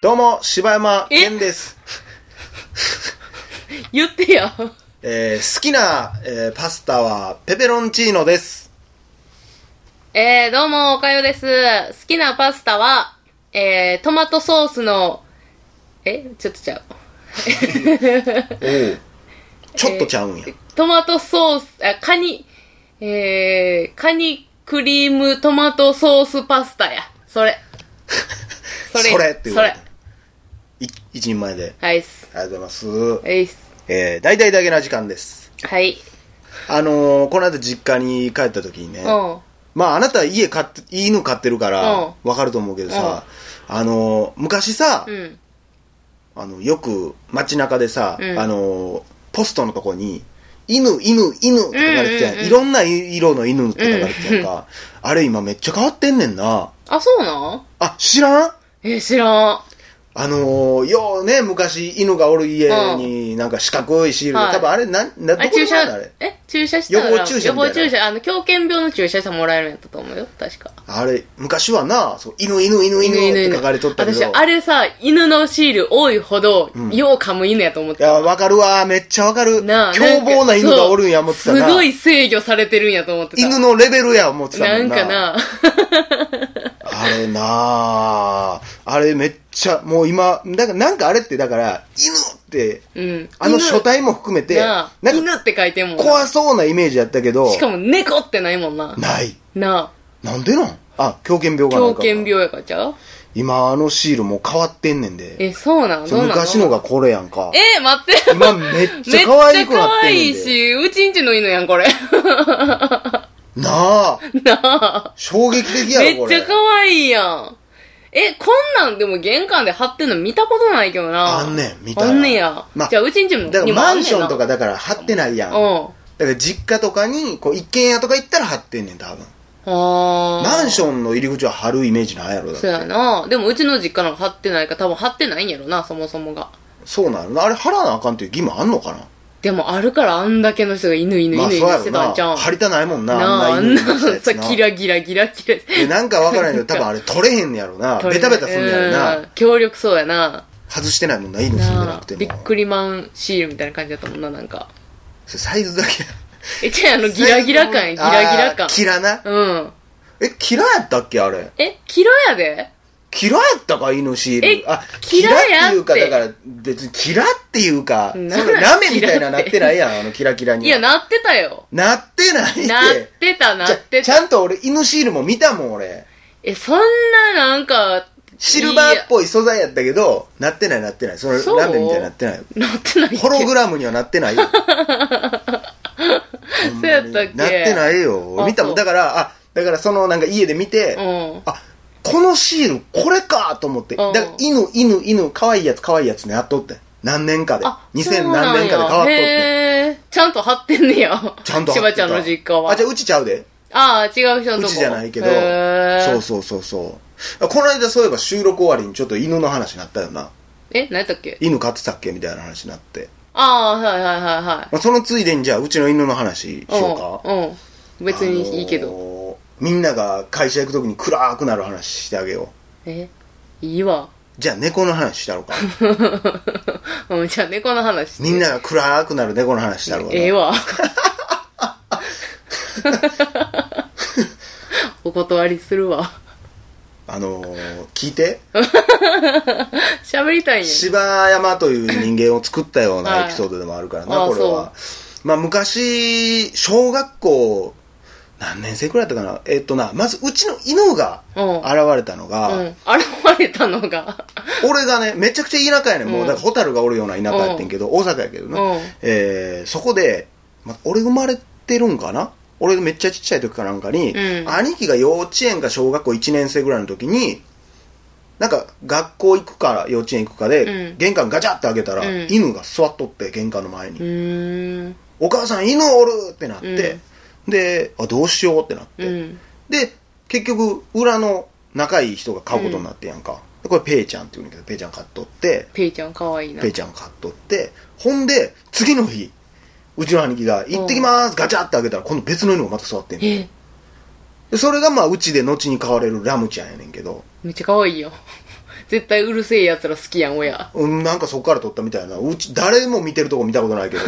どうも、柴山健です。言ってよ。えー好きな、えーパスタはペペロンチーノです。えー、どうも、おかよです。好きなパスタは、えー、トマトソースの、えちょっとちゃう。おちょっとちゃうんや。トマトソース、あ、カニ、えー、カニクリームトマトソースパスタや。それ。そそれっていうそれ。い一人前で。はいっす。ありがとうございます。はいっす。えー、大々だけな時間です。はい。あのーこの間実家に帰った時にね、うん。まああなた家飼って、犬飼ってるからうん、わかると思うけどさ、あのー昔さ、うん。あの、よく街中でさ、うんあのーポストのとこに、犬、犬、犬って書かれてたやん。うんうんうんいろんな色の犬って書かれてたやんか。あれ今めっちゃ変わってんねんな。あ、そうなんあ、知らんえー、知らん。あのーようね、昔犬がおる家になんか四角いシールで、はい多分あれ、なん、な、どあ、こ注に射あるあれ。、え注射したら予防注射みたいな予防注射、あの、狂犬病の注射したらもらえるんやったと思うよ。確か。あれ、昔はな、そう、犬、犬、犬、犬って書かれとったけど。私、あれさ、犬のシール多いほど、うんよう噛む犬やと思っいてや、た。わかるわ、めっちゃわかる。なあ凶暴な犬がおるんや思ってたそうな。すごい制御されてるんやと思ってた。犬のレベルや思ってたもなんんかな、 あれなああれめっちゃ、もう今、なんかなんかあれってだから、犬って、うん。あの犬書体も含めて、なあなん犬かって書いてんもんな。怖そうなイメージやったけど、しかも、猫ってないもんな。ない。ななんでなんあ、狂犬病あ、がなん狂か。犬病やからちゃう今あのシールもう変わってんねんで。え、そうなんそどううなの昔のがこれやんか。え、待って。今めっちめゃっちゃ可愛くなっ可てんね愛んいで。し、うちんちの犬やん、これ。 なあなあ。衝撃的やめろこっちれ。ゃ可愛いやん。え、こんなんでも玄関で貼ってんの見たことないけどな。あんねん見たらあんねや。まあじゃあ、うちんちも。だからにもマあんねんなンションとかだから貼ってないやん。うだん。から実家とかに、こう一軒家とか行ったら貼ってんねん多分。あーマンションの入り口は貼るイメージないやろだってそうやな。でも、うちの実家なんか貼ってないから、多分貼ってないんやろな、そもそもが。そうなのあれ貼らなあかんっていう義務あんのかなでも、あるからあんだけの人が犬犬まあ犬そう犬やしてたろんちゃなうん。貼りたないもんななあ、ああんなん犬なになしたやつさ、なギラギラギラギラ。でなんかわからんけど多分あれ取れへんねやろなベタベタすんねやろうなん強力そうやな。外してないもんな犬住んでななあくて、もびっくりマンシールみたいな感じだったもんな、なんか。それサイズだけえ、じゃあ、あの、ギラギラ感やギラギラあ感ー。キラなうん。えキラやったっけあれえ、キラやでキラやったか犬シールえあキラやキラっってていうかだから別にキラっていうかそんななラメみたいななってないやんあのキラキラにはいや、なってたよ。なってないってなってた、なちゃってちゃた。んと俺、犬シールも見たもん、俺。え、そんな、なんか、シルバーっぽい素材やったけど、なってないなってない。そのそうラーメンみたいになってない。なってないっけホログラムにはなってないよ。そうやったっけなってないよ。あ見たもそん。うだから、あ、だからそのなんか家で見て、うん。あ、このシール、これかと思って。うだんから犬、犬、犬、可愛いやつ、可愛いやつね、やっとってん。何年かで。あ、 2000何年かで変わっとっへてん。え。ちゃんと貼ってんねや。ちゃんと貼しってばたちゃんの実家は。あ、じゃあうちちゃうで。あー違う人のとうこ。ちじゃないけど、そうそそうそうそう。あこの間そういえば収録終わりにちょっと犬の話になったよな。え、何やったっけ犬飼ってたっけみたいな話になって。ああ、はいはいはいはまあ、そのついでにじゃあうちの犬の話しい。ようか。うん。うん。別にいいけあのど。ーみんなが会社行くときに暗くなる話してあげよう。え、いいわ。じゃあ猫の話したろ か。うん、じゃあ猫の話して。みんなが暗くなる猫の話したろかな。ええわ。 お断りするわ。あのー聞いて。喋りたいんや。芝山という人間を作ったようなエピソードでもあるからな、はいこれは。まあ昔、小学校、何年生くらいだったかな。えっとな、まずうちの犬がうん。現れたのが、うん。現れたのが。俺がね、めちゃくちゃ田舎やねん。もう、うんだから、ホタルがおるような田舎やってんけど、大阪やけどうな。ん。えーそこで、ま、俺生まれてるんかな俺めっちゃちっちゃい時かなんかに、うん兄貴が幼稚園か小学校1年生ぐらいの時に、なんか、学校行くか、幼稚園行くかで、うん玄関ガチャって開けたら、うん犬が座っとって、玄関の前に。うーん。お母さん、犬おるってなって、で、あ、どうしようってなって。うん。で、結局、裏の仲いい人が買うことになってやんか。でこれ、ペイちゃんって言うんだけど、ペイちゃん買っとって、ペイちゃんかわいいな。ペイちゃん買っとって、ほんで、次の日、うちの兄貴が、行ってきまーす、ガチャって開けたら、今度別の犬がまた座ってんのえ、でそれがまあ、うちで後に飼われるラムちゃんやねんけど、めっちゃかわいいよ。絶対うるせえ奴ら好きやん、親。うん、なんかそっから撮ったみたいな。うち、誰も見てるとこ見たことない けど。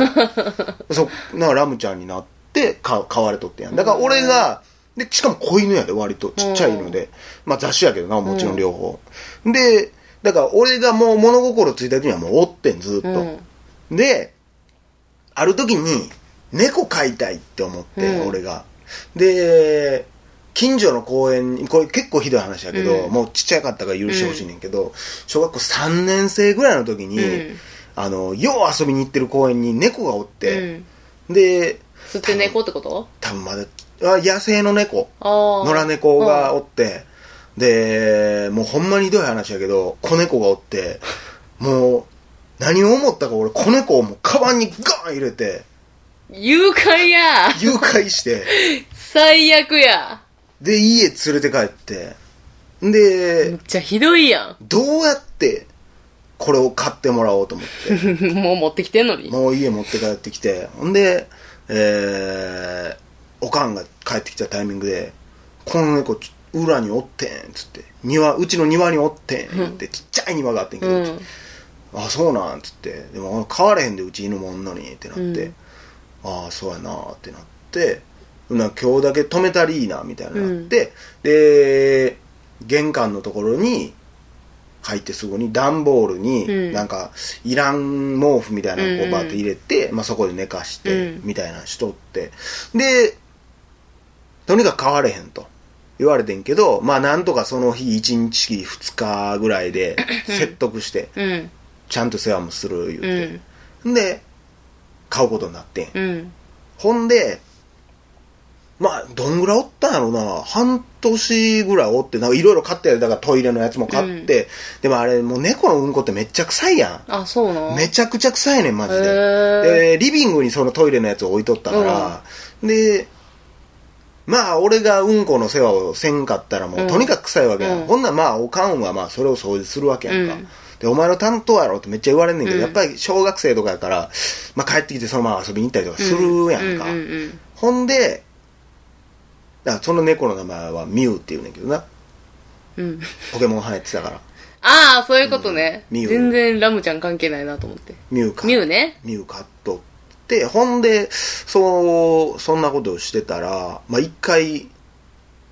そ、なんかラムちゃんになって、か、飼われとってやん。だから俺が、で、しかも子犬やで、割と。ちっちゃい犬で。まあ雑種やけどな、もちろん両方。で、だから俺がもう物心ついた時にはもうおってん、ずっうとん。。で、ある時に、猫飼いたいって思って、うん俺が。で、近所の公園に、これ結構ひどい話やけど、うんもうちっちゃかったから許してほしいねんけど、小学校3年生ぐらいの時に、うんあの、よう遊びに行ってる公園に猫がおっうて、ん。で、吸って猫ってこと多分まだ、あ野生の猫、ああ。野良猫がおって、で、もうほんまにひどい話やけど、子猫がおって、もう、何を思ったか俺、子猫をもうカバンにガーン入れて、誘拐や誘拐して、最悪やで、家連れて帰って、でめっ、ちゃひどいやどうやって、これを買ってもらおうと思って。ん。 もう持ってきてんのに。もう家持って帰ってきて、ほんで、えー、おかんが帰ってきたタイミングで、この猫ちょ、裏におってん、つって、庭、うちの庭におってん、言って、ちっちゃい庭があってんけうど、ん。あ、そうなん、つって、でも飼われへんで、うち犬もおんのに、ってなって、うんああ、そうやな、ってなって、な今日だけ止めたりいいな、みたいになって、で、玄関のところに、入ってすぐに段ボールうにんなんかいらん毛布みたいなのをうこんうバーって入れて、まあ、そこで寝かしてうんみたいなしとってでとにかく変われへんと言われてんけどまあなんとかその日1日2日ぐらい で説得してうん。ちゃんと世話もする言うってん。、ん、で買うことになってんうん。ほんで、まあ、どんぐらいおったんやろうな、半年ぐらいおって、なんかいろいろ買って、だからトイレのやつも買って、でもあれ、もう猫のうんこってめっちゃ臭いや。あ、そうなんめちゃくちゃ臭いねん、マジへで。ーで、リビングにそのトイレのやつを置いとったから、で、まあ、俺がうんこの世話をせんかったらもう、うんとにかく臭いわけやん。うんほんならまあ、おかんはまあ、それを掃除するわけやんか。うんで、お前の担当やろってめっちゃ言われんねんけど、うんやっぱり小学生とかやから、まあ、帰ってきてそのまま遊びに行ったりとかするやんか。うんうんほんで、だからその猫の名前はミュウって言うねんけどな。うんうん。ポケモン流行ってたから。ああ、そういうことね。うんミュウ全然ラムちゃん関係ないなと思って。ミュウか。ミュウね。ミュウ買っとって、ほんで、そう、そんなことをしてたら、まあ一回、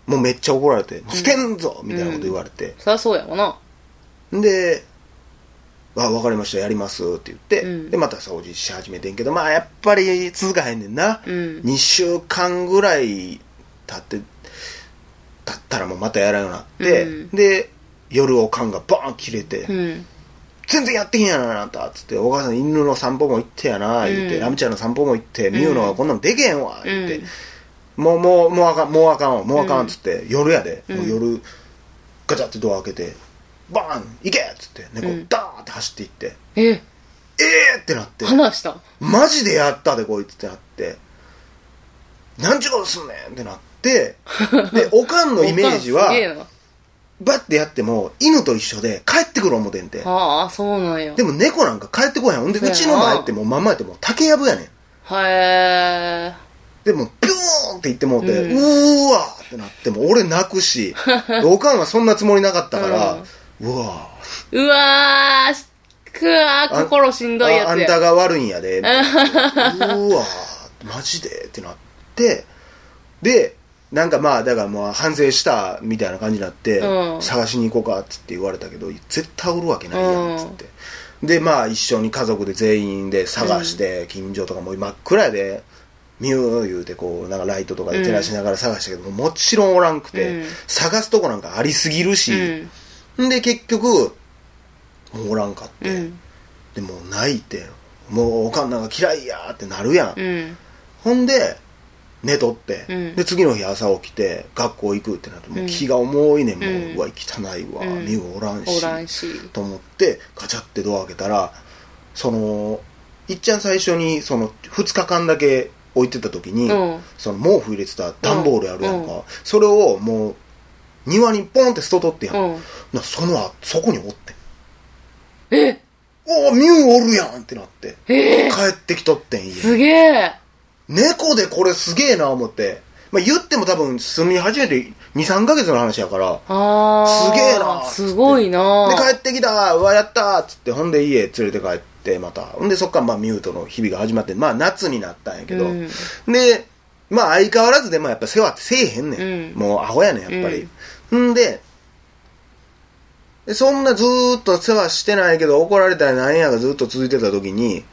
もうめっちゃ怒られて、捨てんぞみたいなこと言われて。そりゃそうやわな。んで、あ、わかりました、やりますって言って、うんで、また掃除し始めてんけど、まあやっぱり続かへんねんな。うん。 2週間ぐらい経って経ったらもうまたやらんようになって、うんで夜おかんがバーン切れて、うん。全然やってへんやなあなたっつってお母さん犬の散歩も行ってやな言って、うんラムちゃんの散歩も行って、んミュウのはこんなんでけへんわ言って、うんもうもうもうあかんもうあかんわもうあかんっつって、夜やで、うんもう夜ガチャってドア開けてバーン行けっつって猫、うんダーって走って行ってえ、えーってなって話した。マジでやったでこいつってなって何ちゅうことすんねんってな ってでおかんのイメージおはかんすげえなバッてやっても犬と一緒で帰ってくる思てんてああ、そうなんや。でも猫なんか帰ってこへんほんでそううやなちの前ってもうまんまやってもう竹やぶやねんへえ。でもうビューンって言ってもうて、ううーわーってなってもう俺泣くしでおかんはそんなつもりなかったから、うわーうわー、しくわー、心しんどいやああつんや。たが悪いんや でみたいなうわマジでってなってでなんかまあだからまあ反省したみたいな感じになって、うん探しに行こうかっつって言われたけど絶対おるわけないやんっつって、でまあ一緒に家族で全員で探して、近所とかも真っ暗やでミュー言うてこうなんかライトとかで照らしながら探したけど、もちろんおらんくて、うん探すとこなんかありすぎるし、うん。んで結局もうおらんかって、うん。でもう泣いてもうおかんなんか嫌いやーってなるやん、うん。ほんで寝とって、うんで次の日朝起きて学校行くってなってもううん気が重いねんもう、うんうわ汚いわ、うん身おらんしおらんし。と思ってガチャってドア開けたらそのいっちゃん最初にその2日間だけ置いてた時に、うん。その毛布入れてた段ボールあるやんか、うそれをもう庭にポンって捨ととってやん、うん。なその後そこにおってんえ、おおミュウおるやんってなってえ帰ってきとってん家にすげえ。猫でこれすげえな思って、まあ、言っても多分住み始めて23ヶ月の話やからあー。すげえなすごいなで帰ってきたわうわやったーっつってほんで家連れて帰ってまたほんでそっからまあミュートの日々が始まってまあ夏になったんやけど、うんでまあ相変わらずでもやっぱ世話ってせえへんねん、うんもうアホやねんやっぱり、んででそんなずーっと世話してないけど怒られたりなんやがずっと続いてた時に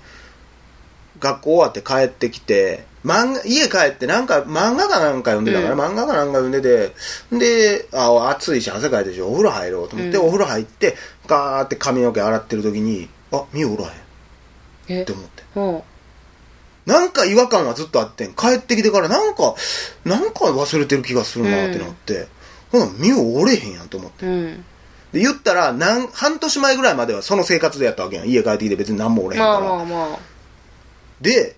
学校終わって帰ってきて漫画家帰ってなんか漫画かなんか読んでたから、うん漫画かなんか読んでてであ暑いし汗かいてるしお風呂入ろうと思って、うおん風呂入ってガーって髪の毛洗ってる時にあミュおらへんっえて、思ってうん。なんか違和感はずっとあってん帰ってきてからなんかなんか忘れてる気がするなってなって、ほなミュおれへんやんと思ってうん。で言ったらなん半年前ぐらいまではその生活でやったわけやん家帰ってきて別に何もおれへんかまら、あまあまあ。で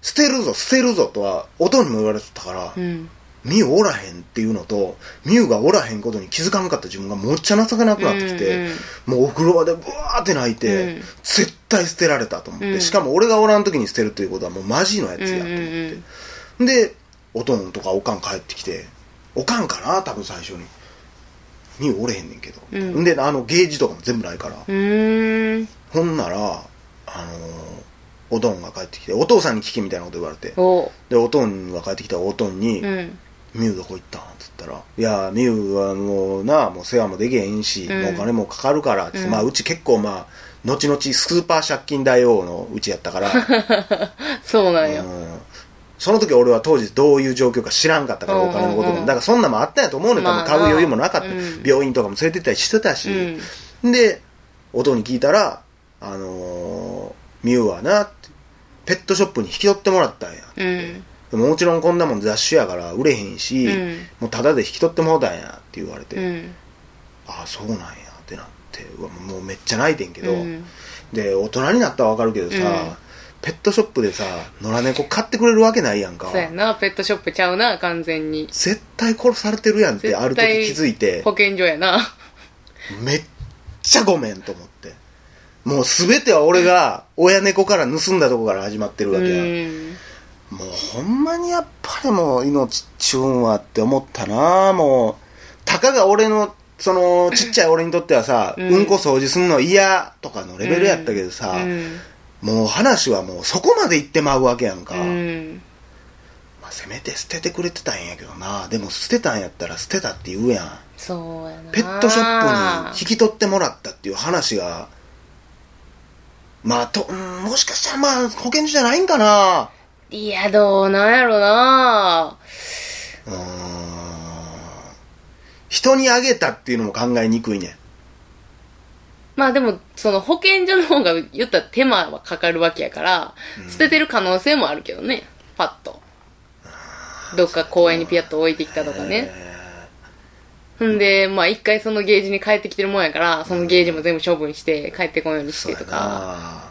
捨てるぞ捨てるぞとは音にも言われてたから、うん。ミュウおらへんっていうのとミュウがおらへんことに気づかなかった自分がむっちゃ情けなくなってきて、うんうんもうお風呂場でブワーって泣いて、うん絶対捨てられたと思って、うんしかも俺がおらん時に捨てるということはもうマジのやつやと思って、うんうんでおとんとかおかん帰ってきておかんかな多分最初にミュウおれへんねんけど、うんん、であのゲージとかも全部ないから、うーん。ほんなら、あのーおとんが帰ってきて、お父さんに聞けみたいなこと言われて、おで、おとんが帰ってきたらおとんに、うん。ミュウどこ行ったんって言ったら、いや、ミュウはもうな、もう世話もできへんし、うんもうお金もかかるから、ってうんまあ、うち結構まあ、後々スーパー借金大王のうちやった から、そうなんや。うんその時俺は当時どういう状況か知らんかったから、うんお金のことうも。んだからそんなんもあったんやと思うねん、多まあ分買う余裕もなかった。うん病院とかも連れて行ったりしてたし、うん。で、音に聞いたら、あのー、ミュウはなって、ペットショップに引き取ってもらったんや。うん。でももちろんこんなもん雑種やから売れへんし、うんもうタダで引き取ってもらったんやって言われて、うん。ああ、そうなんやってなって、うわもうめっちゃ泣いてんけど、うんで、大人になったらわかるけどさ、うんペットショップでさ、野良猫買ってくれるわけないやんかそう。やな、ペットショップちゃうな、完全に。絶対殺されてるやんってある時気づいて、保健所やな。めっちゃごめんと思って。もうすべては俺が親猫から盗んだとこから始まってるうわけや。ん。もうほんまにやっぱりもう命ちゅうんはって思ったなもう。たかが俺の、その、ちっちゃい俺にとってはさ、ううんん、こ掃除すんの嫌とかのレベルやったけどさ、うん。もう話はもうそこまで行ってまうわけやんか。うん。まあ、せめて捨ててくれてたんやけどなでも捨てたんやったら捨てたって言うやん。そうやな。ペットショップに引き取ってもらったっていう話が、まあ、と、うんもしかしたらまあ、保健所じゃないんかな。いや、どうなんやろな。うーん。人にあげたっていうのも考えにくいねん。まあでも、その保健所の方が言ったら手間はかかるわけやから、捨ててる可能性もあるけどね、パッと。どっか公園にピヤッと置いてきたとかね。んで、まあ一回そのゲージに帰ってきてるもんやから、そのゲージも全部処分して帰ってこんようにしそうてやとなか。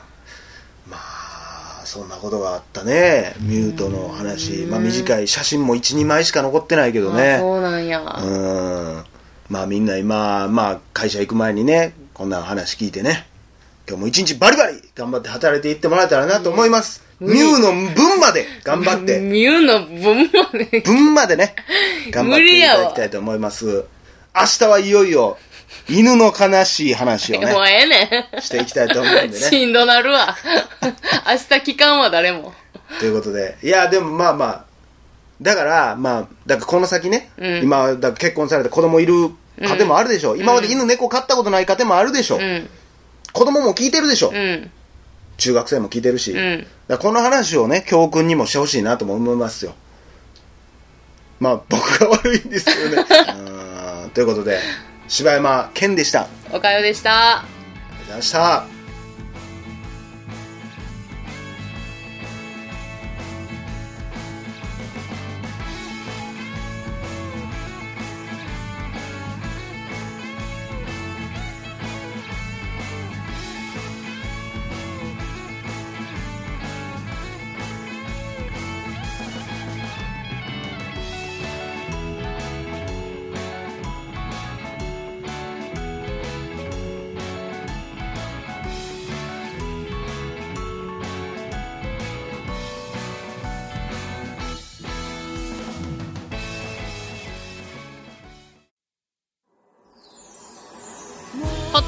まあ、そんなことがあったね。ミュートの話。まあ、短い写真も1、2枚しか残ってないけどね。あそうなんや。うんまあみんな今、まあ会社行く前にね、こんな話聞いてね、今日も一日バリバリ頑張って働いていってもらえたらなと思います。うんミュウの分まで頑張って、ミュウの分まで。分まで ね、頑張っ無理ていやわただきたいと思います。明日はいよいよ、犬の悲しい話を もうね、ええねしていきたいと 思うんん。でね。しんどなる わ。明日聞かんわ、誰も。ということで、いや、でもまあまあ、だから、まあ、だからこの先ね、うん今、だから結婚されて子供いる家庭もあるでしょ。今まで犬猫飼ったことない家庭もあるでしょ。うん。子供も聞いてるでしょ、うん。中学生も聞いてるし、うだからこん。の話をね教訓にもしてほしいなとも思いますよまあ僕が悪いんです よねうーんということで柴山健でしたありがとおかよでした。うございましたポッ